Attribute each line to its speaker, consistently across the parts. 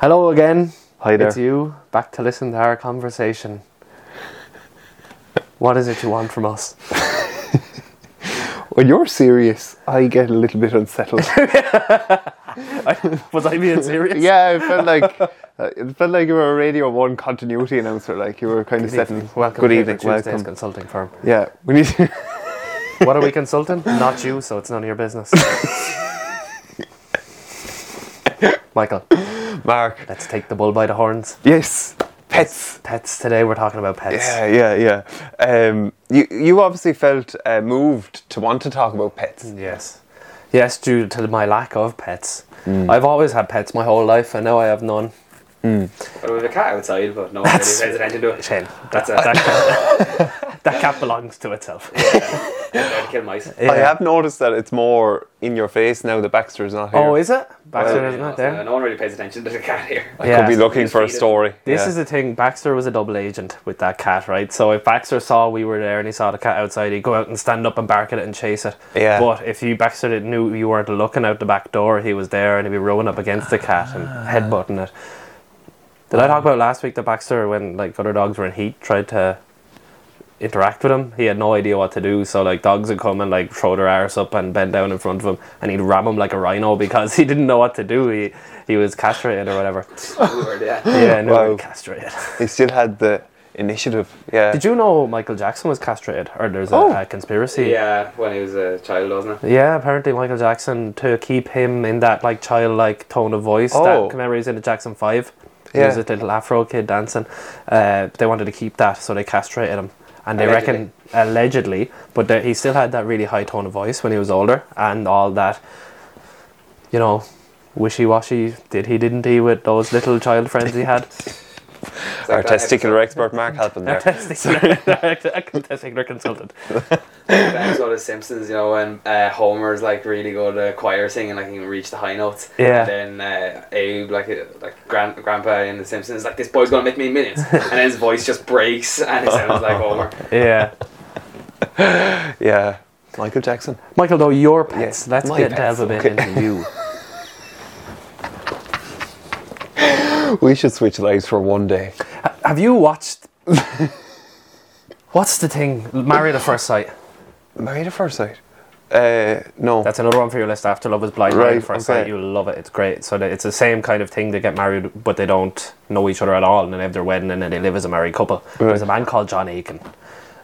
Speaker 1: Hello again.
Speaker 2: Hi there.
Speaker 1: It's you back to listen to our conversation. what is it you want from us?
Speaker 2: When you're serious, I get a little bit unsettled.
Speaker 1: Was I being serious?
Speaker 2: yeah, it felt like uh, it felt like you were a Radio One continuity announcer. Like you were kind of
Speaker 1: Good
Speaker 2: setting.
Speaker 1: evening. Welcome.
Speaker 2: Good
Speaker 1: to
Speaker 2: evening.
Speaker 1: Paper Tuesday's
Speaker 2: Welcome.
Speaker 1: consulting firm.
Speaker 2: Yeah, we need. To
Speaker 1: What are we consulting? Not you, so it's none of your business. Michael,
Speaker 2: Mark.
Speaker 1: let's take the bull by the horns.
Speaker 2: Yes. Pets.
Speaker 1: Pets today. We're talking about pets.
Speaker 2: Yeah, yeah, yeah. Um, you you obviously felt uh, moved to want to talk about pets.
Speaker 1: Yes. Yes, due to my lack of pets. I've always had pets my whole life, and now I have none.
Speaker 3: But we have a cat outside, but no one really
Speaker 1: That's-
Speaker 3: pays attention to it.
Speaker 1: Shane,
Speaker 3: That's it. That cat,
Speaker 1: that cat belongs to itself.
Speaker 3: that kill mice.
Speaker 2: I have noticed that it's more in your face now that Baxter is not here.
Speaker 1: Oh, is it? Baxter
Speaker 3: Well,
Speaker 1: is not
Speaker 3: yeah,
Speaker 1: there.
Speaker 3: No one really pays attention to the cat here.
Speaker 2: I could be looking
Speaker 3: Just
Speaker 2: for a
Speaker 3: feed it.
Speaker 2: story.
Speaker 1: This
Speaker 2: Yeah.
Speaker 1: is the thing. Baxter was a double agent with that cat, right? So if Baxter saw we were there and he saw the cat outside, he'd go out and stand up and bark at it and chase it.
Speaker 2: Yeah.
Speaker 1: But if you Baxter didn't knew you weren't looking out the back door, he was there and he'd be rolling up against the cat and
Speaker 2: Ah.
Speaker 1: headbutting it. Did I talk about last week that Baxter, when like other dogs were in heat, tried to interact with him? He had no idea what to do. So like dogs would come and like throw their arse up and bend down in front of him, and he'd ram him like a rhino because he didn't know what to do. He he was castrated or whatever.
Speaker 3: Weird, yeah.
Speaker 1: Yeah, no,
Speaker 2: Wow.
Speaker 1: castrated.
Speaker 2: He still had the initiative. Yeah.
Speaker 1: Did you know Michael Jackson was castrated? Or there's a,
Speaker 2: Oh.
Speaker 1: a conspiracy.
Speaker 3: yeah, when he was a child, wasn't it?
Speaker 1: Yeah, apparently Michael Jackson to keep him in that like childlike tone of voice
Speaker 2: Oh.
Speaker 1: that commemorates in the Jackson Five.
Speaker 2: Yeah.
Speaker 1: There's a little Afro kid dancing. Uh, they wanted to keep that, so they castrated him, and they reckon allegedly, but they, he still had that really high tone of voice when he was older, and all that. You know, wishy washy. Did he? Didn't he? With those little child friends he had.
Speaker 3: It's
Speaker 2: Our
Speaker 3: like that episode-
Speaker 2: testicular expert Mark helping there.
Speaker 1: Testicular consultant.
Speaker 3: that episode of Simpsons, you know, when uh, Homer's like really good at choir singing, like he can reach the high notes.
Speaker 1: Yeah.
Speaker 3: And then uh, Abe, like uh, like gran- Grandpa in The Simpsons, is like this boy's gonna make me millions, and then his voice just breaks and it sounds like Homer.
Speaker 1: Yeah.
Speaker 2: Yeah. Michael Jackson.
Speaker 1: Michael, though, your pets.
Speaker 2: Yeah,
Speaker 1: Let's
Speaker 2: my
Speaker 1: get
Speaker 2: pets,
Speaker 1: delve a bit into you.
Speaker 2: We should switch lives for one day.
Speaker 1: Have you watched? What's the thing? Married at First Sight.
Speaker 2: Married at first sight. Uh, no.
Speaker 1: That's another one for your list. After Love Is Blind, Married
Speaker 2: Right,
Speaker 1: at First
Speaker 2: okay.
Speaker 1: Sight. You'll love it. It's great. So that it's the same kind of thing. They get married, but they don't know each other at all, and then they have their wedding, and then they live as a married couple. There's a man called John Aiken.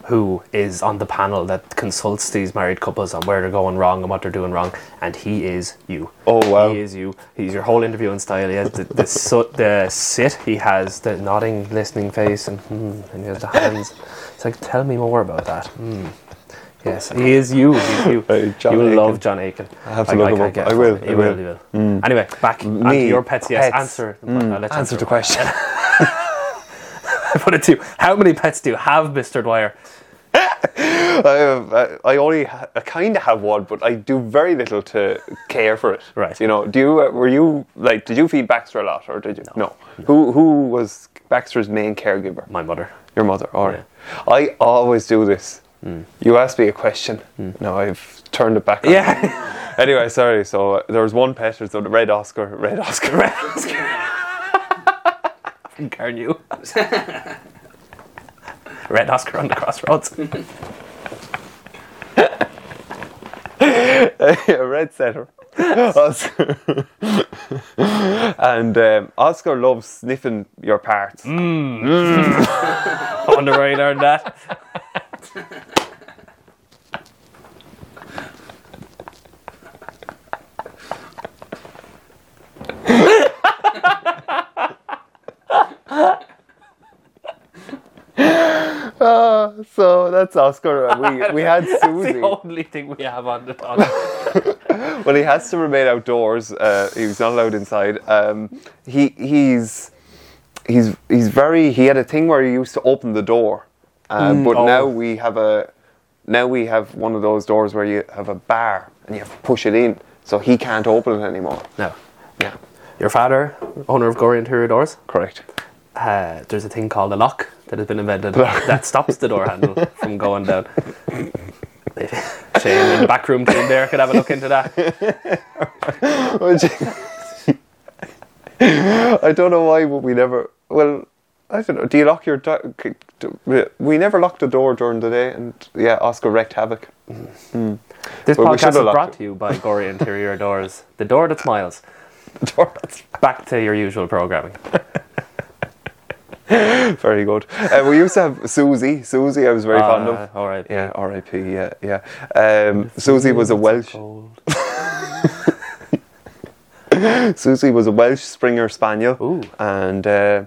Speaker 1: Who is on the panel that consults these married couples on where they're going wrong and what they're doing wrong? And he is you.
Speaker 2: Oh, wow.
Speaker 1: He is you. He's your whole interviewing style. He has the the, so, the sit. He has the nodding, listening face, and hmm, and he has the hands. It's like, tell me more about that. Hmm. Yes, he is you. He's you.
Speaker 2: Hey, John
Speaker 1: you will
Speaker 2: Aiken.
Speaker 1: love John Aiken.
Speaker 2: I have to look him
Speaker 1: can't
Speaker 2: up.
Speaker 1: get
Speaker 2: I
Speaker 1: from
Speaker 2: will,
Speaker 1: it.
Speaker 2: I
Speaker 1: You will.
Speaker 2: will. Hmm.
Speaker 1: You will. Anyway, back onto
Speaker 2: Me,
Speaker 1: your pets. Yes,
Speaker 2: pets. Hmm.
Speaker 1: answer. I'll let you
Speaker 2: Answer the question.
Speaker 1: I put it to you. How many pets do you have, Mister Dwyer?
Speaker 2: I, have, I- I only ha- I kind of have one, but I do very little to care for it.
Speaker 1: Right.
Speaker 2: You know, do you uh, were you like did you feed Baxter a lot or did you? No. Who who was Baxter's main caregiver?
Speaker 1: My mother.
Speaker 2: Your mother. All right. I always do this.
Speaker 1: Mm.
Speaker 2: You ask me a question. Now I've turned it back. on.
Speaker 1: Yeah.
Speaker 2: Anyway, sorry. So uh, there was one pet. It's the red Oscar. Red Oscar. Red Oscar.
Speaker 1: Carn you. Red Oscar on the crossroads.
Speaker 2: yeah, red setter. Oscar. and um, Oscar loves sniffing your parts.
Speaker 1: Mm. I wonder where he learned that.
Speaker 2: Ah, So that's Oscar. We we had Susie.
Speaker 1: The only thing we have on the on
Speaker 2: Well, he has to remain outdoors. Uh, he's not allowed inside. Um, he he's he's he's very. He had a thing where he used to open the door, uh, but
Speaker 1: oh.
Speaker 2: now we have a now we have one of those doors where you have a bar and you have to push it in, so he can't open it anymore.
Speaker 1: No, no. Your father, owner of Gory Interior Doors,
Speaker 2: Correct.
Speaker 1: uh, there's a thing called a lock that has been invented that stops the door handle from going down. Shane in the back room team there could have a look into that.
Speaker 2: Which- I I don't know why, but we never. Well, I don't know. Do you lock your? Do- c- do- we never locked the door during the day, and yeah, Oscar wrecked havoc.
Speaker 1: This
Speaker 2: Well, we
Speaker 1: podcast
Speaker 2: should've
Speaker 1: is
Speaker 2: locked
Speaker 1: brought
Speaker 2: it.
Speaker 1: to you by Gory Interior Doors, the door that smiles.
Speaker 2: The door. That's
Speaker 1: Back to your usual programming.
Speaker 2: very good. Uh, we used to have Susie. Susie, Ah, I was very fond
Speaker 1: Uh,
Speaker 2: of.
Speaker 1: all right.
Speaker 2: Yeah, R.I.P. Yeah, yeah. Um, Susie was a Welsh.
Speaker 1: Cold.
Speaker 2: Susie was a Welsh Springer Spaniel,
Speaker 1: Ooh.
Speaker 2: and uh,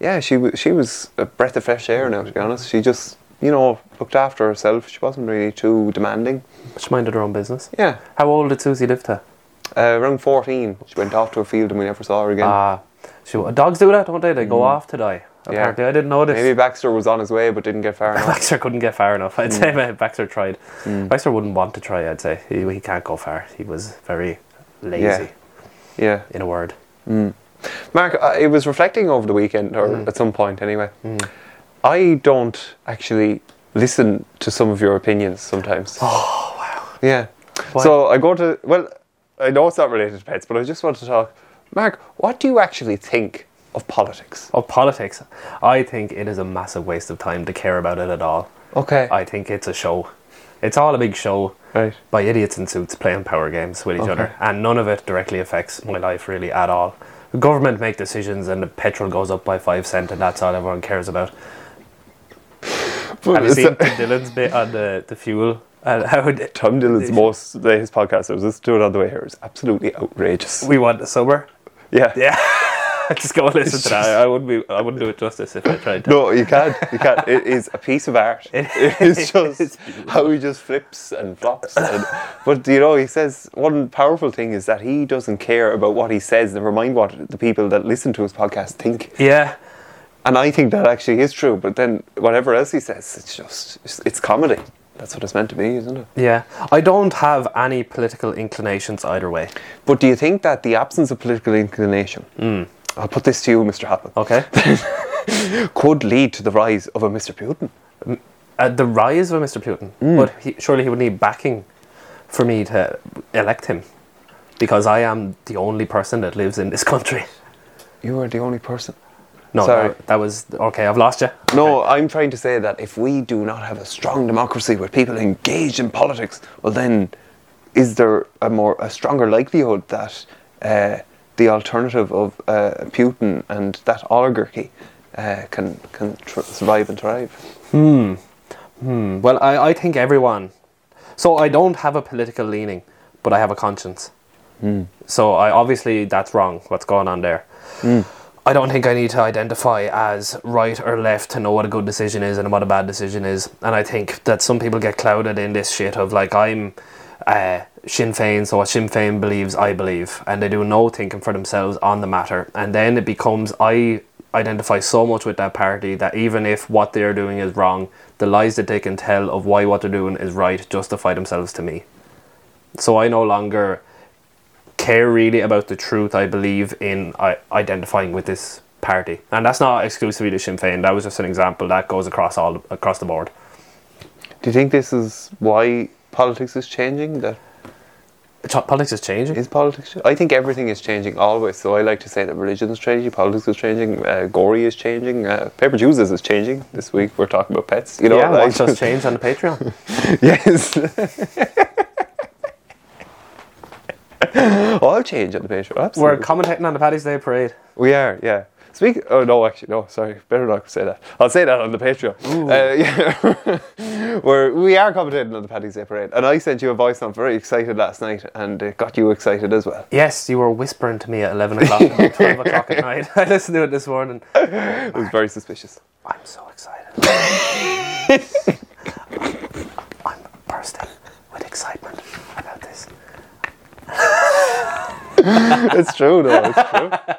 Speaker 2: yeah, she was she was a breath of fresh air. Now, to be honest, she just you know looked after herself. She wasn't really too demanding.
Speaker 1: She minded her own business.
Speaker 2: Yeah,
Speaker 1: How old did Susie live to?
Speaker 2: uh, around fourteen, she went off to a field, and we never saw her again.
Speaker 1: Ah, she, dogs do that, don't they? They go off to die. Apparently, I didn't know this.
Speaker 2: Mm. Maybe Baxter was on his way, but didn't get far enough.
Speaker 1: Baxter couldn't get far enough. I'd
Speaker 2: Hmm.
Speaker 1: say mate, Baxter tried. Baxter wouldn't want to try. I'd say he, he can't go far. He was very lazy,
Speaker 2: Yeah. yeah,
Speaker 1: in a word.
Speaker 2: Mark, I I was reflecting over the weekend, or at some point anyway. I don't actually listen to some of your opinions sometimes. Oh wow! Yeah.
Speaker 1: Why?
Speaker 2: So I go to well, I know it's not related to pets, but I just want to talk. Mark, what do you actually think of politics?
Speaker 1: Of politics, I think it is a massive waste of time to care about it at all.
Speaker 2: Okay.
Speaker 1: I think it's a show. It's all a big show
Speaker 2: Right.
Speaker 1: by idiots in suits playing power games with each other, and none of it directly affects my life really at all. The government make decisions, and the petrol goes up by five cent, and that's all everyone cares about. Have you
Speaker 2: It's-
Speaker 1: seen Tim Dillon's bit on the, the fuel? And how it-
Speaker 2: Tom Dillon's most his podcast. I was listening to it on the way here. It was absolutely outrageous.
Speaker 1: we want the summer.
Speaker 2: yeah.
Speaker 1: Yeah, just go and listen to that. I wouldn't be, I wouldn't do it justice if I tried to.
Speaker 2: No, you can't. You can't. It is a piece of art. it is just how he just flips and flops. And, but you know, he says one powerful thing is that he doesn't care about what he says. Never mind what the people that listen to his podcast think.
Speaker 1: Yeah,
Speaker 2: And I think that actually is true. But then whatever else he says, it's just it's, it's comedy. That's what it's meant to be, isn't it?
Speaker 1: yeah. I don't have any political inclinations either way.
Speaker 2: But do you think that the absence of political inclination? I'll put this to you, Mr. Hatton.
Speaker 1: Okay.
Speaker 2: Could lead to the rise of a Mr. Putin.
Speaker 1: uh, the rise of Mr. Putin, but he, surely he would need backing for me to elect him, because I am the only person that lives in this country.
Speaker 2: You are the only person.
Speaker 1: No,
Speaker 2: Sorry.
Speaker 1: that, that was okay. I've lost you.
Speaker 2: No, I'm trying to say that if we do not have a strong democracy with people engaged in politics, well, then is there a more a stronger likelihood that uh, the alternative of uh, Putin and that oligarchy uh, can can tr- survive and thrive?
Speaker 1: Hmm, Well, I, I think everyone. So I don't have a political leaning, but I have a conscience. Hmm. So I obviously that's wrong. What's going on there? I don't think I need to identify as right or left to know what a good decision is and what a bad decision is. And I think that some people get clouded in this shit of like I'm uh, Sinn Fein, so what Sinn Fein believes, I believe, and they do no thinking for themselves on the matter. And then it becomes I identify so much with that party that even if what they're doing is wrong, the lies that they can tell of why what they're doing is right justify themselves to me. So I no longer care really about the truth I believe in I- identifying with this party. And that's not exclusively to Sinn Féin, that was just an example that goes across all across the board.
Speaker 2: Do you think this is why politics is changing? That
Speaker 1: Ch- Politics is changing.
Speaker 2: is politics. ch- I think everything is changing always. So I like to say that religion is changing, politics is changing, uh, gory is changing, uh, paper juices is changing. This week we're talking about pets. You know,
Speaker 1: yeah,
Speaker 2: like-
Speaker 1: watch us change on the Patreon.
Speaker 2: Yes. All change on the page.
Speaker 1: We're
Speaker 2: Absolutely.
Speaker 1: commentating on the Paddy's Day parade.
Speaker 2: We are, yeah. Speak. Oh no, actually, no. Sorry, better not say that. I'll say that on the Patreon. Uh, yeah, we're we are commentating on the Paddy's Day parade, and I sent you a voice. I'm very excited last night, and it got you excited as well.
Speaker 1: Yes, you were whispering to me at 11 o'clock and 12 o'clock at night. I listened to it this morning.
Speaker 2: It was very suspicious.
Speaker 1: I'm so excited. I'm bursting with excitement about this.
Speaker 2: it's true, though. It's true.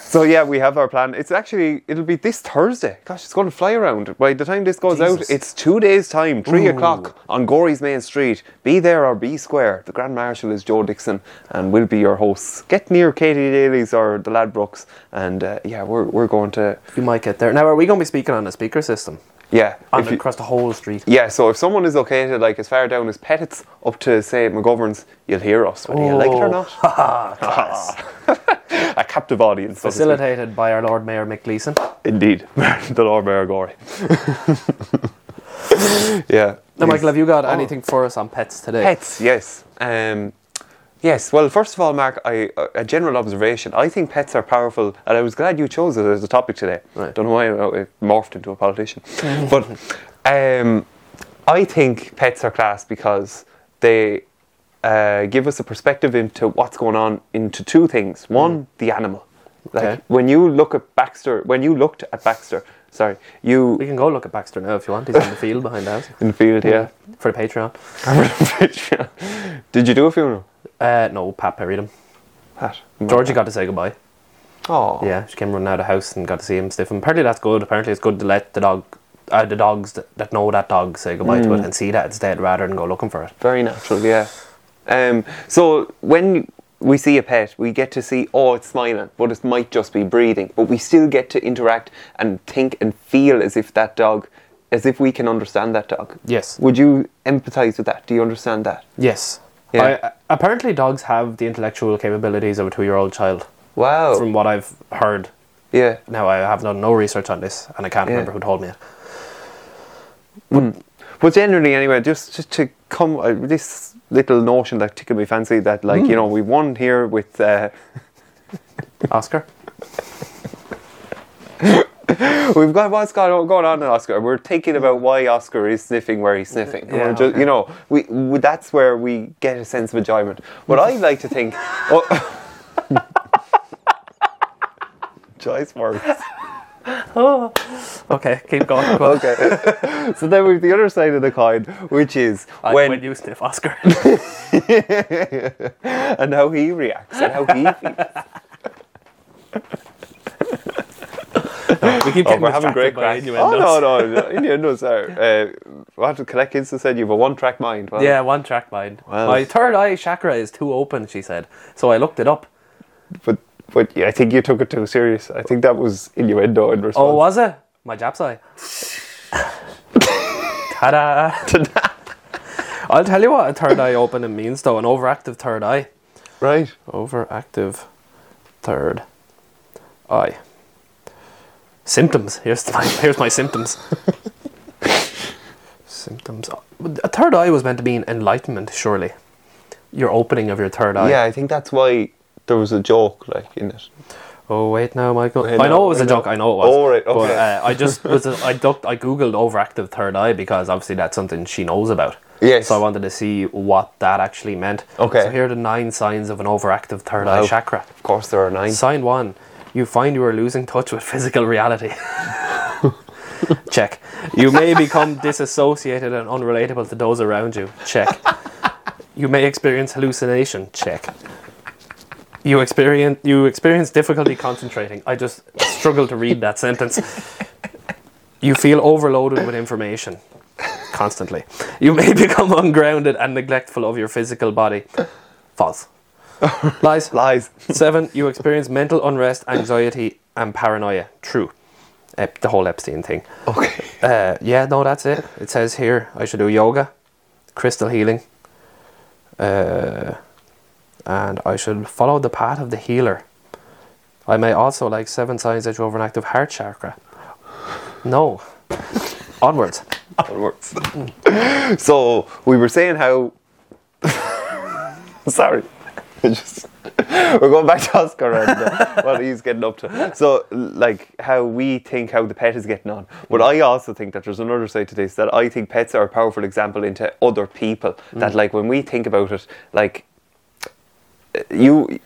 Speaker 2: so yeah, we have our plan. It's actually it'll be this Thursday. Gosh, it's going to fly around. By the time this goes
Speaker 1: Jesus.
Speaker 2: out, it's two days' time, three
Speaker 1: Ooh.
Speaker 2: o'clock on Gory's Main Street. Be there or be square. The Grand Marshal is Joe Dixon, and we'll be your hosts. Get near Katie Daly's or the Ladbrokes, and uh, yeah, we're we're going to
Speaker 1: You might get there. Now, are we going to be speaking on a speaker system?
Speaker 2: yeah.
Speaker 1: On
Speaker 2: if you-
Speaker 1: across the whole street.
Speaker 2: yeah, so if someone is located like as far down as Pettit's up to say McGovern's, you'll hear us whether you like it or
Speaker 1: Oh.
Speaker 2: not. a captive audience. so to speak.
Speaker 1: Facilitated by our Lord Mayor Mick Gleeson.
Speaker 2: Indeed, the Lord Mayor Gory. yeah.
Speaker 1: Now, Michael, have you got
Speaker 2: Oh.
Speaker 1: anything for us on pets today?
Speaker 2: Pets, yes. Um, yes, well, first of all, Mark, I, a- a general observation. I think pets are powerful, and I was glad you chose it as a topic today.
Speaker 1: Right.
Speaker 2: Don't know why I- it morphed into a politician. but um, I think pets are class because they uh, give us a perspective into what's going on into two things. One, the animal. Like
Speaker 1: Okay.
Speaker 2: when you look at Baxter, when you looked at Baxter, sorry, you
Speaker 1: We can go look at Baxter now if you want. He's on the field behind the house
Speaker 2: in the field here.
Speaker 1: for the Patreon.
Speaker 2: Did you do a funeral?
Speaker 1: Uh, no, Pat buried him.
Speaker 2: Pat.
Speaker 1: Georgie got to say goodbye.
Speaker 2: Oh.
Speaker 1: Yeah, she came running out of the house and got to see him stiff. And apparently that's good. Apparently it's good to let the dog, uh, the dogs that, that know that dog say goodbye to it and see that it's dead rather than go looking for it.
Speaker 2: Very natural, yeah. Um, so when we see a pet, we get to see, oh, it's smiling, but it might just be breathing. But we still get to interact and think and feel as if that dog, as if we can understand that dog.
Speaker 1: Yes.
Speaker 2: Would you empathise with that? Do you understand that?
Speaker 1: Yes.
Speaker 2: Yeah.
Speaker 1: I, uh, apparently dogs have the intellectual capabilities of a two-year-old child.
Speaker 2: Wow.
Speaker 1: From what I've heard.
Speaker 2: yeah.
Speaker 1: Now, I have done no research on this and I can't
Speaker 2: Yeah.
Speaker 1: remember who told me it.
Speaker 2: Hmm. But generally, anyway, just to, to come uh, this little notion that tickled my fancy that, like, you know, we won here with. Uh,
Speaker 1: Oscar?
Speaker 2: We've got what's got going on in Oscar. We're thinking about why Oscar is sniffing where he's sniffing.
Speaker 1: Yeah,
Speaker 2: We're just-
Speaker 1: okay.
Speaker 2: You know, we, we- that's where we get a sense of enjoyment. What I like to think, oh, choice words.
Speaker 1: Okay, keep going. Go on.
Speaker 2: Okay, so then we've the other side of the coin, which is
Speaker 1: I-
Speaker 2: when,
Speaker 1: you sniff Oscar.
Speaker 2: and how he reacts and how he. feels.
Speaker 1: we keep
Speaker 2: Oh,
Speaker 1: getting
Speaker 2: we're having great crack. Oh no, no, no. innuendos are. Uh, what Collect Instant said you have a one-track mind. Well,
Speaker 1: Yeah, one track mind.
Speaker 2: Well-
Speaker 1: My third eye chakra is too open, she said. So I looked it up.
Speaker 2: But but yeah, I think you took it too serious. I think that was innuendo in response.
Speaker 1: Oh, was it? My Japs eye. Ta-da! I'll tell you what a third eye opening means, though. An overactive third eye.
Speaker 2: right.
Speaker 1: Overactive third eye. Symptoms. Here's my here's my symptoms. symptoms. A third eye was meant to mean enlightenment, surely. Your opening of your third eye.
Speaker 2: Yeah, I think that's why there was a joke like in it.
Speaker 1: Oh wait, now Michael. I
Speaker 2: Wait,
Speaker 1: know,
Speaker 2: no,
Speaker 1: it was a
Speaker 2: no.
Speaker 1: joke. I know it was.
Speaker 2: Oh, right,
Speaker 1: But
Speaker 2: okay.
Speaker 1: uh, I just was. I ducked, I googled overactive third eye because obviously that's something she knows about.
Speaker 2: Yes.
Speaker 1: So I wanted to see what that actually meant.
Speaker 2: Okay.
Speaker 1: So here are the nine signs of an overactive third
Speaker 2: Wow.
Speaker 1: eye chakra.
Speaker 2: Of course, there are nine.
Speaker 1: Sign one: You find you are losing touch with physical reality. Check. You may become disassociated and unrelatable to those around you. Check. You may experience hallucination. Check. You experience you experience difficulty concentrating. I just struggle to read that sentence. You feel overloaded with information constantly. You may become ungrounded and neglectful of your physical body. False. Lies.
Speaker 2: Lies.
Speaker 1: Seven, you experience mental unrest, anxiety, and paranoia. True. Ep- the whole Epstein thing.
Speaker 2: Okay.
Speaker 1: Uh, yeah, no, that's it. It says here I should do yoga, crystal healing, uh, and I should follow the path of the healer. I may also like seven signs that you have an active heart chakra. No. Onwards.
Speaker 2: Onwards. so we were saying how. Sorry. I just- We're going back to Oscar right now, what he's getting up to. So, like, how we think how the pet is getting on. But I also think that there's another side to this that I think pets are a powerful example into other people. That, like, when we think about it, like, you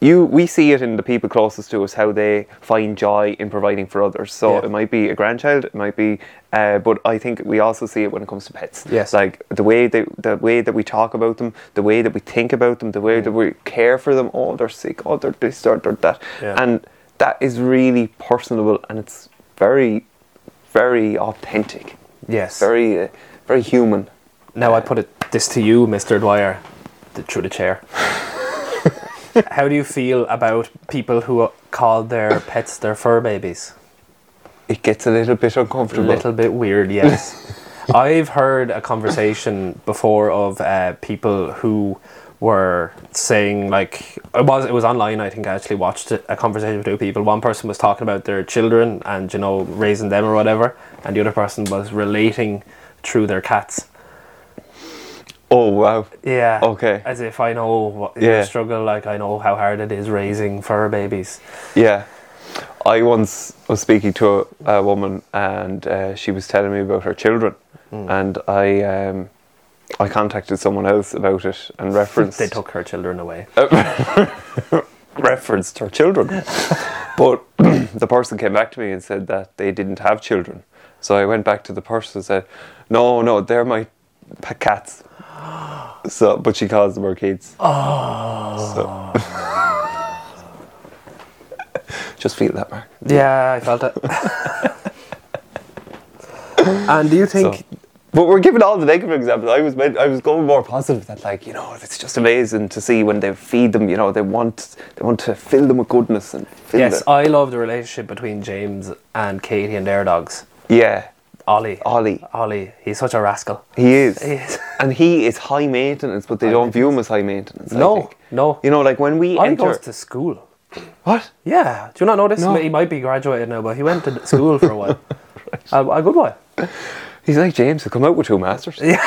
Speaker 2: you we see it in the people closest to us how they find joy in providing for others so
Speaker 1: Yeah.
Speaker 2: it might be a grandchild it might be uh, but i think we also see it when it comes to pets
Speaker 1: Yes.
Speaker 2: like the way they, the way that we talk about them the way that we think about them the
Speaker 1: Mm.
Speaker 2: way that we care for them oh they're sick oh they're this or they're that
Speaker 1: Yeah.
Speaker 2: and that is really personable and it's very very authentic
Speaker 1: Yes.
Speaker 2: very uh, very human
Speaker 1: Now I put it this to you, Mr. Dwyer, th- through the chair. How do you feel about people who call their pets their fur babies?
Speaker 2: it gets a little bit
Speaker 1: A
Speaker 2: uncomfortable
Speaker 1: little bit weird, yes. I've heard a conversation before of uh, people who were saying like it was it was online. I think I actually watched it- a conversation with two people. One person was talking about their children and you know raising them or whatever, and the other person was relating through their cats.
Speaker 2: Oh wow.
Speaker 1: Yeah.
Speaker 2: Okay.
Speaker 1: As if I know what
Speaker 2: Yeah.
Speaker 1: your struggle, like I know how hard it is raising fur babies.
Speaker 2: Yeah. I once was speaking to a, a woman and uh, she was telling me about her children,
Speaker 1: Mm.
Speaker 2: and I um, I contacted someone else about it and referenced
Speaker 1: They took her children away.
Speaker 2: referenced her children, but the person came back to me and said that they didn't have children. So I went back to the person and said, "No, no, they're my p- cats." So, but she calls them her kids. Oh. Just feel that, Mark.
Speaker 1: Yeah, I felt it. and do you think
Speaker 2: So- But we're giving all the negative examples. I was meant, I was going more positive that like you know it's just amazing to see when they feed them. You know they want they want to fill them with goodness and fill
Speaker 1: Yes,
Speaker 2: them.
Speaker 1: I love the relationship between James and Katie and their dogs.
Speaker 2: yeah,
Speaker 1: Ollie.
Speaker 2: Ollie.
Speaker 1: Ollie. He's such a rascal.
Speaker 2: he is.
Speaker 1: He is.
Speaker 2: and he is high maintenance, but they don't view him as high maintenance. I
Speaker 1: No,
Speaker 2: think.
Speaker 1: no.
Speaker 2: You know, like when we
Speaker 1: Ollie
Speaker 2: enter
Speaker 1: goes to school.
Speaker 2: what?
Speaker 1: Yeah. Do you not know this?
Speaker 2: No.
Speaker 1: He might be graduated now, but he went to school for a while. a, a good while.
Speaker 2: He's like James. He'll come out with two masters. Yeah.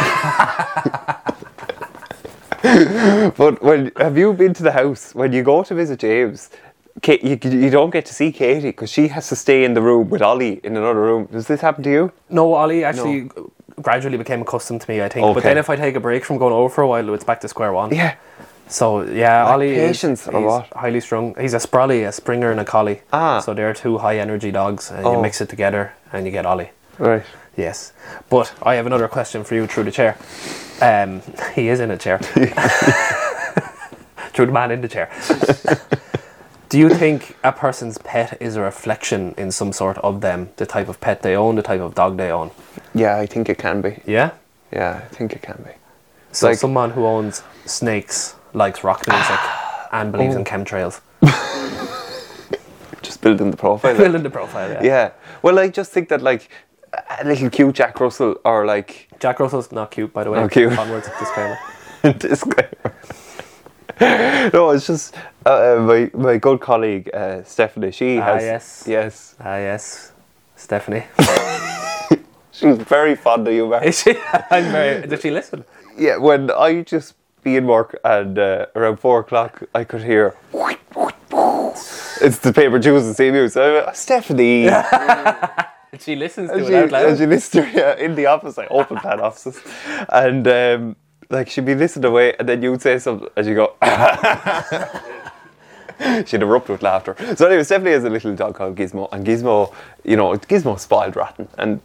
Speaker 2: but when have you been to the house when you go to visit James? Ka- you, you don't get to see Katie because she has to stay in the room with Ollie in another room. Does this happen to you?
Speaker 1: No, Ollie actually gradually became accustomed to me, I think. But
Speaker 2: Okay.
Speaker 1: then if I take a break from going over for a while, it's back to square one.
Speaker 2: Yeah.
Speaker 1: So, yeah,
Speaker 2: Like
Speaker 1: Ollie
Speaker 2: patience
Speaker 1: is
Speaker 2: or
Speaker 1: he's
Speaker 2: what?
Speaker 1: highly strung. He's a Sprolly, a Springer, and a Collie.
Speaker 2: Ah.
Speaker 1: So they're two high energy dogs, and
Speaker 2: Oh.
Speaker 1: you mix it together and you get Ollie.
Speaker 2: Right.
Speaker 1: Yes. But I have another question for you through the chair. Um, he is in a chair. through the man in the chair. Do you think a person's pet is a reflection in some sort of them? The type of pet they own, the type of dog they own?
Speaker 2: Yeah, I think it can be.
Speaker 1: Yeah?
Speaker 2: Yeah, I think it can be.
Speaker 1: So
Speaker 2: Like-
Speaker 1: someone who owns snakes likes rock music
Speaker 2: Ah.
Speaker 1: and believes
Speaker 2: Oh.
Speaker 1: in chemtrails.
Speaker 2: Just building the profile.
Speaker 1: Fill in the profile, yeah.
Speaker 2: yeah. Well, I just think that like a little cute Jack Russell or like
Speaker 1: Jack Russell's not cute, by the way.
Speaker 2: Not cute.
Speaker 1: Onwards, disclaimer.
Speaker 2: disclaimer. no, it's just uh, uh, my my good colleague uh, Stephanie. She
Speaker 1: Ah,
Speaker 2: has
Speaker 1: yes.
Speaker 2: yes.
Speaker 1: Ah, yes. Stephanie.
Speaker 2: She's very fond of you, Mark.
Speaker 1: Is she? I'm very. Does she listen?
Speaker 2: Yeah, when I just be in work and uh, around four o'clock, I could hear. It's the paper Jews and sea news. Uh, Stephanie,
Speaker 1: She listens to
Speaker 2: and
Speaker 1: it
Speaker 2: she,
Speaker 1: out loud.
Speaker 2: and she listened to her in the office, like open plan offices, and um, like she'd be listening away, and then you'd say something, and she'd go. She'd erupt with laughter. So anyway, Stephanie has a little dog called Gizmo, and Gizmo, you know, Gizmo's spoiled rotten, and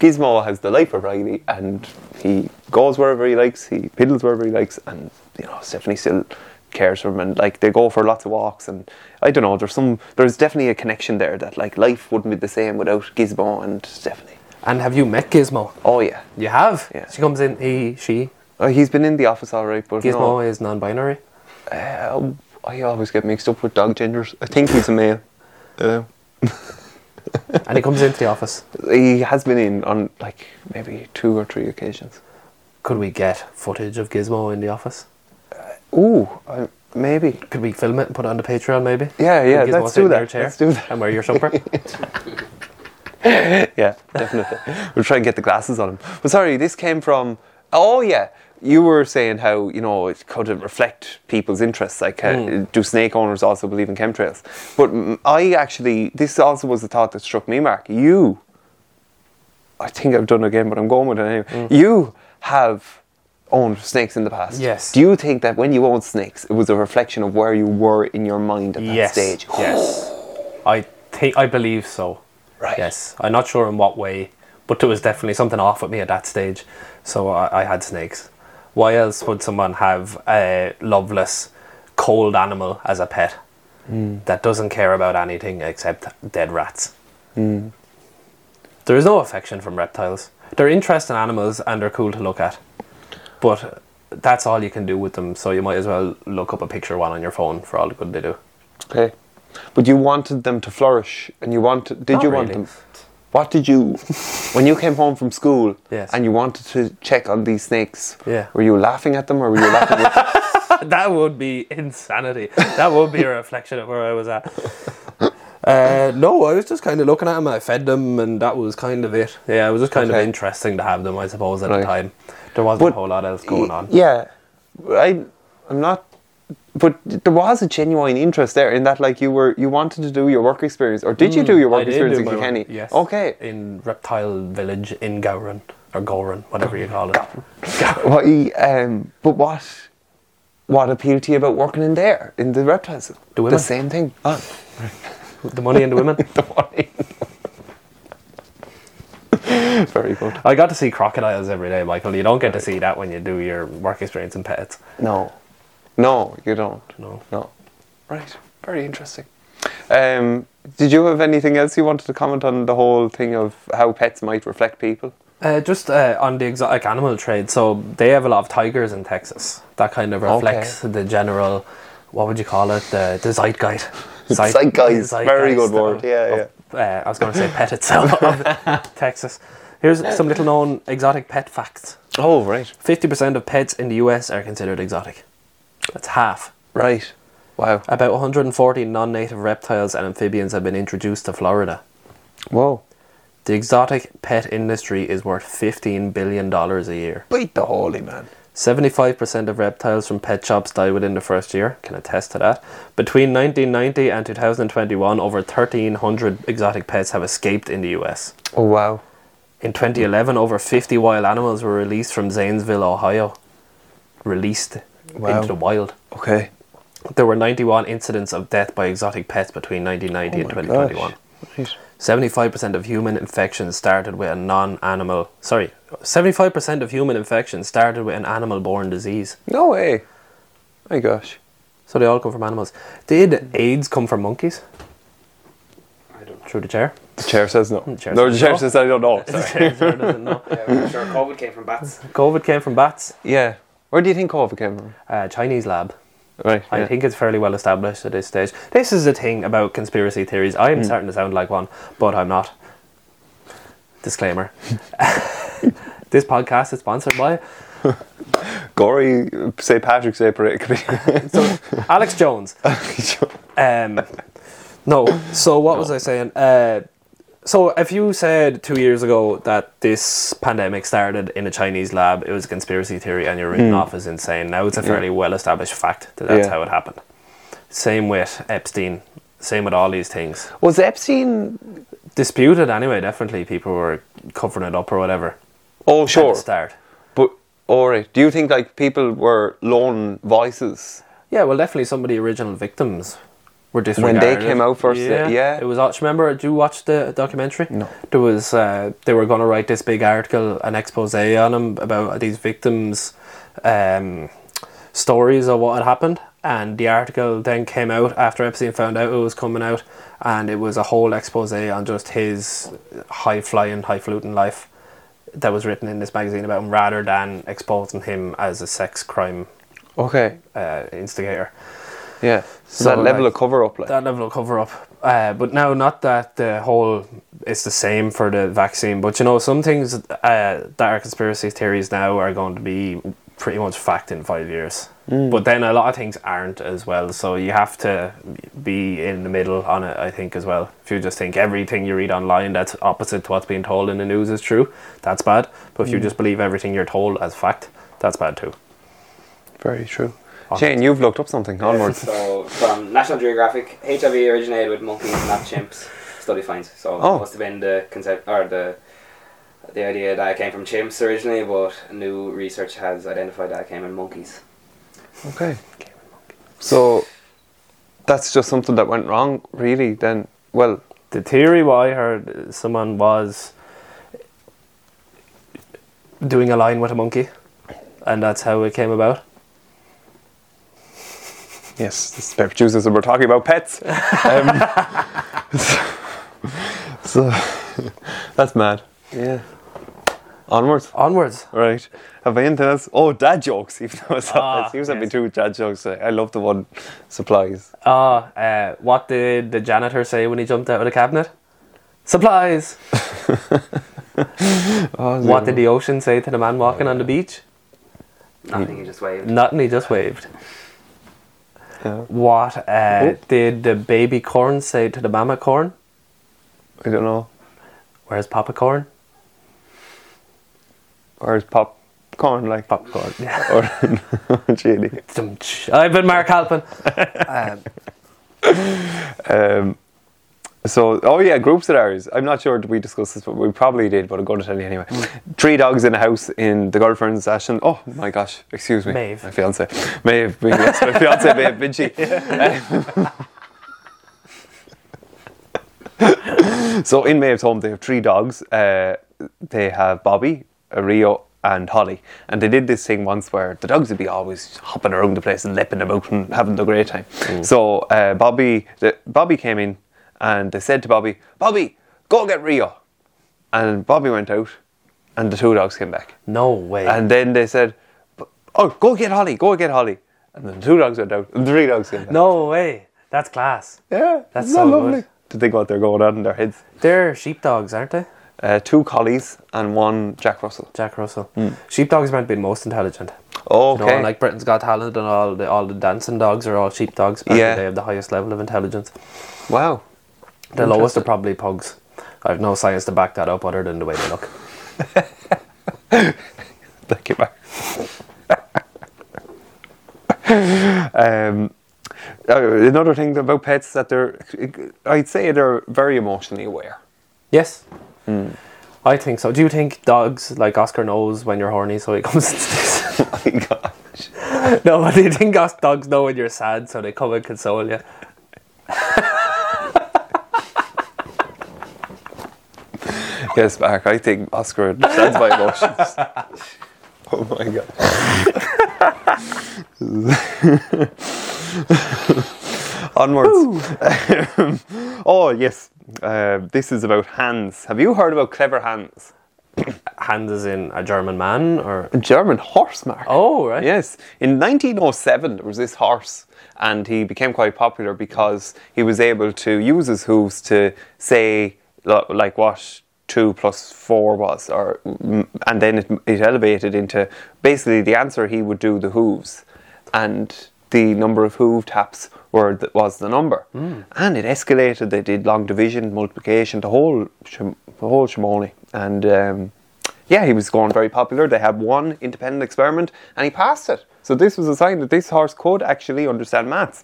Speaker 2: Gizmo has the life of Riley, and he goes wherever he likes, he piddles wherever he likes, and you know, Stephanie still cares for him, and like they go for lots of walks, and I don't know, there's some, there's definitely a connection there that like life wouldn't be the same without Gizmo and Stephanie.
Speaker 1: And have you met Gizmo?
Speaker 2: Oh yeah,
Speaker 1: You have.
Speaker 2: Yeah.
Speaker 1: She comes in. He, she.
Speaker 2: Uh, he's been in the office all right, but
Speaker 1: Gizmo
Speaker 2: no,
Speaker 1: is non-binary.
Speaker 2: uh, I always get mixed up with dog genders. I think he's a male. Uh,
Speaker 1: And he comes into the office.
Speaker 2: He has been in on like maybe two or three occasions.
Speaker 1: Could we get footage of Gizmo in the office?
Speaker 2: Ooh, I, maybe.
Speaker 1: Could we film it and put it on the Patreon, maybe?
Speaker 2: Yeah, yeah,
Speaker 1: Have Gizmo
Speaker 2: let's
Speaker 1: sit
Speaker 2: do
Speaker 1: in your
Speaker 2: that,
Speaker 1: chair
Speaker 2: let's do that.
Speaker 1: And wear your jumper.
Speaker 2: Yeah, definitely. we'll try and get the glasses on him. But sorry, this came from. Oh yeah, you were saying how you know it could reflect people's interests. Like, uh,
Speaker 1: Hmm.
Speaker 2: do snake owners also believe in chemtrails? But mm, I actually, this also was the thought that struck me, Mark. You, I think I've done it again, but I'm going with it anyway.
Speaker 1: Hmm.
Speaker 2: You have owned snakes in the past.
Speaker 1: Yes.
Speaker 2: Do you think that when you owned snakes, it was a reflection of where you were in your mind at that
Speaker 1: yes.
Speaker 2: stage?
Speaker 1: Yes. I think I believe so.
Speaker 2: Right.
Speaker 1: Yes. I'm not sure in what way, but there was definitely something off with me at that stage. So I, I had snakes. Why else would someone have a loveless, cold animal as a pet
Speaker 2: Hmm.
Speaker 1: that doesn't care about anything except dead rats?
Speaker 2: Hmm.
Speaker 1: There is no affection from reptiles. They're interesting animals and they're cool to look at. But that's all you can do with them, so you might as well look up a picture one on your phone for all the good they do.
Speaker 2: Okay. But you wanted them to flourish, and you want. Did
Speaker 1: Not
Speaker 2: you want
Speaker 1: really.
Speaker 2: them? What did you, when you came home from school,
Speaker 1: Yes.
Speaker 2: and you wanted to check on these snakes?
Speaker 1: Yeah.
Speaker 2: Were you laughing at them, or were you laughing? At
Speaker 1: that would be insanity. That would be a reflection of where I was at. Uh, no, I was just kind of looking at them. I fed them, and that was kind of it. Yeah, it was just kind
Speaker 2: Okay.
Speaker 1: of interesting to have them, I suppose, at
Speaker 2: Right.
Speaker 1: the time. There wasn't
Speaker 2: But-
Speaker 1: a whole lot else going
Speaker 2: Y-
Speaker 1: on.
Speaker 2: Yeah, I, I'm not. But there was a genuine interest there in that, like you were, you wanted to do your work experience, or did you do your
Speaker 1: Mm, I
Speaker 2: work
Speaker 1: did
Speaker 2: experience
Speaker 1: do
Speaker 2: in
Speaker 1: my work-
Speaker 2: Kilkenny?
Speaker 1: Yes.
Speaker 2: Okay.
Speaker 1: In Reptile Village in Gowran or Gowran, whatever you call it.
Speaker 2: What? you- Um, but what? What appealed to you about working in there in the reptiles?
Speaker 1: The
Speaker 2: The
Speaker 1: women. Ah.
Speaker 2: same thing. Oh,
Speaker 1: The money and the women.
Speaker 2: the wine. Very good.
Speaker 1: I got to see crocodiles every day, Michael. You don't get to see that when you do your work experience in pets.
Speaker 2: No, no, you don't.
Speaker 1: No.
Speaker 2: no. Right. Very interesting. Um, did you have anything else you wanted to comment on the whole thing of how pets might reflect people?
Speaker 1: Uh, just uh, on the exotic animal trade, so they have a lot of tigers in Texas. That kind of reflects the general, what would you call it, the, the zeitgeist. Zeit-
Speaker 2: Zeitgeist, very good
Speaker 1: zeitgeist of-
Speaker 2: word, yeah,
Speaker 1: of- Uh, I was going to say pet itself of Texas. Here's some little known exotic pet facts.
Speaker 2: Oh, right.
Speaker 1: Fifty percent of pets in the U.S. are considered exotic. That's half.
Speaker 2: Right. Wow.
Speaker 1: About 140 non-native reptiles and amphibians have been introduced to Florida.
Speaker 2: Whoa.
Speaker 1: The exotic pet industry is worth 15 billion dollars a year.
Speaker 2: Beat the holy man.
Speaker 1: 75% of reptiles from pet shops die within the first year. Can attest to that. Between 1990 and 2021, over 1,300 exotic pets have escaped in the U.S.
Speaker 2: Oh, wow.
Speaker 1: In 2011, over 50 wild animals were released from Zanesville, Ohio. Released
Speaker 2: Wow.
Speaker 1: into the wild.
Speaker 2: Okay.
Speaker 1: There were 91 incidents of death by exotic pets between 1990 and 2021.
Speaker 2: Right.
Speaker 1: 75% of human infections started with a non-animal, sorry, 75% of human infections started with an animal-borne disease.
Speaker 2: No way. My gosh.
Speaker 1: So they all come from animals. Did AIDS come from monkeys?
Speaker 3: I don't know.
Speaker 1: Through the chair?
Speaker 2: The chair says no.
Speaker 1: chair
Speaker 2: no, the
Speaker 1: says
Speaker 2: chair
Speaker 1: no.
Speaker 2: says I don't know. Sorry.
Speaker 1: Chair doesn't know.
Speaker 3: Yeah, I'm sure COVID came from bats.
Speaker 1: COVID came from bats.
Speaker 2: yeah. Where do you think COVID came from?
Speaker 1: Uh, Chinese lab.
Speaker 2: Right.
Speaker 1: I
Speaker 2: yeah.
Speaker 1: think it's fairly well established at this stage. This is the thing about conspiracy theories. I am starting to sound like one, but I'm not. Disclaimer. this podcast is sponsored by
Speaker 2: Gory, uh, St. Patrick's Day parade committee.
Speaker 1: so Alex Jones. Um, no. So what was I saying? Uh, so if you said two years ago that this pandemic started in a Chinese lab, it was a conspiracy theory, and you're written off as insane. Now it's a fairly well-established fact that that's
Speaker 2: Yeah.
Speaker 1: how it happened. Same with Epstein. Same with all these things.
Speaker 2: Was Epstein?
Speaker 1: Disputed anyway. Definitely, people were covering it up or whatever.
Speaker 2: Oh,
Speaker 1: at the
Speaker 2: sure.
Speaker 1: start.
Speaker 2: But all right. Do you think like people were lone voices?
Speaker 1: Yeah, well, definitely some of the original victims were
Speaker 2: they
Speaker 1: disregarded.
Speaker 2: came out first, uh, yeah.
Speaker 1: It was, act- remember, did you watch the documentary?
Speaker 2: No.
Speaker 1: There was, uh, they were going to write this big article, an expose on them about these victims' um, stories of what had happened. And the article then came out after Epstein found out it was coming out. And it was a whole expose on just his high flying, high fluting life that was written in this magazine about him rather than exposing him as a sex crime
Speaker 2: Okay.
Speaker 1: uh, instigator.
Speaker 2: Yeah.
Speaker 1: So,
Speaker 2: So, that level
Speaker 1: like,
Speaker 2: of cover up, like.
Speaker 1: That level of cover up. Uh, but now, not that the whole it's the same for the vaccine, but you know, some things uh, that are conspiracy theories now are going to be pretty much fact in five years. But then a lot of things aren't as well. So you have to be in the middle on it, I think, as well. If you just think everything you read online that's opposite to what's being told in the news is true, that's bad. But if you just believe everything you're told as fact, that's bad too.
Speaker 2: Very true. Shane, you've looked up something. Onwards.
Speaker 3: So from National Geographic, HIV originated with monkeys, not chimps. Study finds. So
Speaker 2: Oh.
Speaker 3: it must have been the concept or the the idea that it came from chimps originally, but new research has identified that it came in monkeys.
Speaker 2: Okay. So that's just something that went wrong, really. Then, well,
Speaker 1: The theory what I heard uh, someone was doing a line with a monkey, and that's how it came about.
Speaker 2: yes, this is Pepper Tuesdays, and we're talking about pets. Um, so, so that's mad. Yeah. Onwards.
Speaker 1: Onwards.
Speaker 2: Right. Have I anything else? Oh, dad jokes. Even though it's not,
Speaker 1: Ah,
Speaker 2: it seems to be
Speaker 1: yes.
Speaker 2: two dad jokes. I I love the one supplies.
Speaker 1: Ah, uh, what did the janitor say when he jumped out of the cabinet? Supplies. What did the ocean say to the man walking on the beach?
Speaker 3: Nothing, you just waved.
Speaker 1: Nothing. He just waved. What uh, did the baby corn say to the mama corn?
Speaker 2: I don't know.
Speaker 1: Where's Papa Corn?
Speaker 2: Or is popcorn like
Speaker 1: Popcorn. Yeah.
Speaker 2: or chili?
Speaker 1: I've been Mark Halpin. Um,
Speaker 2: Um, so, oh yeah, groups at ours. I'm not sure did we discussed this, but we probably did. But I'm going to tell you anyway.
Speaker 1: Mm.
Speaker 2: Three dogs in a house in the girlfriend's session. Oh my gosh, excuse me,
Speaker 1: Maeve.
Speaker 2: my fiance, Maeve, being yes, my fiance, Maeve Vinci. so in Maeve's home, they have three dogs. Uh, they have Bobby, Rio, and Holly. And they did this thing once where the dogs would be always hopping around the place and leaping about and having the great time.
Speaker 1: Mm.
Speaker 2: So uh, Bobby, the, Bobby came in, and they said to Bobby, "Bobby, go get Rio." And Bobby went out, and the two dogs came back.
Speaker 1: no way.
Speaker 2: And then they said, "B- "Oh, go get Holly, go get Holly." And then the two dogs went out, and the three dogs came back.
Speaker 1: no way. That's class.
Speaker 2: yeah,
Speaker 1: That's
Speaker 2: isn't that
Speaker 1: so
Speaker 2: lovely
Speaker 1: good.
Speaker 2: to think what they're going on in their heads.
Speaker 1: They're sheepdogs, aren't they?
Speaker 2: Uh, two collies and one Jack Russell.
Speaker 1: Jack Russell. Sheepdogs might be the most intelligent.
Speaker 2: Oh,
Speaker 1: You know,
Speaker 2: Hmm. okay.
Speaker 1: like Britain's Got Talent and all the all the dancing dogs are all sheepdogs. Apparently
Speaker 2: Yeah.
Speaker 1: They have the highest level of intelligence.
Speaker 2: wow.
Speaker 1: The lowest are probably pugs. I have no science to back that up other than the way they look.
Speaker 2: Thank you, Mark. um, uh, another thing about pets is that they're, I'd say they're very emotionally aware.
Speaker 1: Yes.
Speaker 2: Hmm.
Speaker 1: I think so. Do you think dogs like Oscar knows when you're horny so he comes and sticks?
Speaker 2: Oh My gosh.
Speaker 1: no, but do you think os- dogs know when you're sad so they come and console you?
Speaker 2: Yes, Mark, I think Oscar understands my emotions. oh my god. Onwards. oh, yes. Uh, this is about hands. Have you heard about clever hands?
Speaker 1: Hand is in a German man or
Speaker 2: A German horse, Mark.
Speaker 1: Oh right.
Speaker 2: Yes. In 1907, there was this horse, and he became quite popular because he was able to use his hooves to say, lo- like, what two plus four was, or mm, and then it, it elevated into basically the answer he would do the hooves, and the number of hoove taps were the, was the number, and it escalated. They did long division, multiplication, the whole shim, the whole shimoni, and. Um, yeah, he was going very popular. They had one independent experiment and he passed it. So this was a sign that this horse could actually understand maths.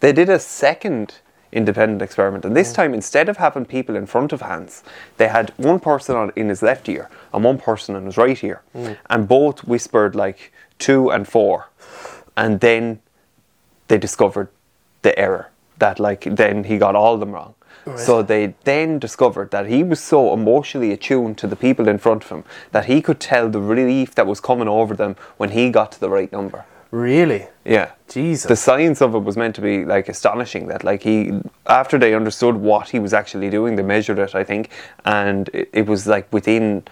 Speaker 2: They did a second independent experiment and this time instead of having people in front of hands, they had one person on, in his left ear and one person in his right ear. And both whispered like two and four. And then they discovered the error that like then he got all of them wrong. So they then discovered that he was so emotionally attuned to the people in front of him that he could tell the relief that was coming over them when he got to the right number.
Speaker 1: Really?
Speaker 2: Yeah.
Speaker 1: Jesus.
Speaker 2: The science of it was meant to be like astonishing that like he after they understood what he was actually doing, they measured it, I think, and it, it was like within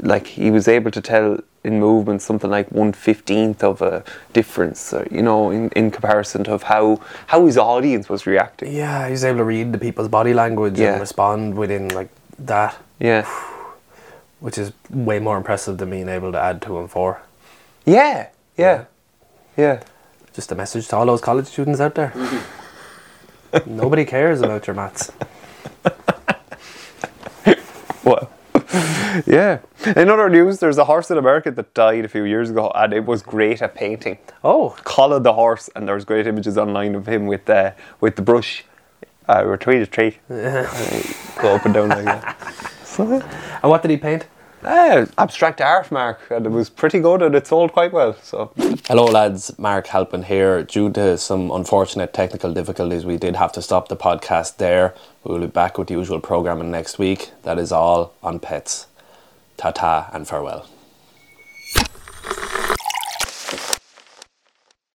Speaker 2: like he was able to tell in movement something like one fifteenth of a difference, uh, you know, in, in comparison of how how his audience was reacting.
Speaker 1: Yeah, he's able to read the people's body language
Speaker 2: Yeah.
Speaker 1: and respond within like that,
Speaker 2: Yeah.
Speaker 1: which is way more impressive than being able to add two and four.
Speaker 2: Yeah. Yeah. Yeah.
Speaker 1: Just a message to all those college students out there. Nobody cares about your maths.
Speaker 2: What? yeah. In other news, there's a horse in America that died a few years ago and it was great at painting.
Speaker 1: Oh,
Speaker 2: Colin the horse, and there's great images online of him with uh, with the brush. Uh, retreat, retreat. Go up and down like that. So,
Speaker 1: and what did he paint?
Speaker 2: uh, abstract art, Mark, and it was pretty good, and it sold quite well. So,
Speaker 1: Hello, lads. Mark Halpin here. Due to some unfortunate technical difficulties, we did have to stop the podcast there. We will be back with the usual programming next week. That is all on pets. Ta ta and farewell.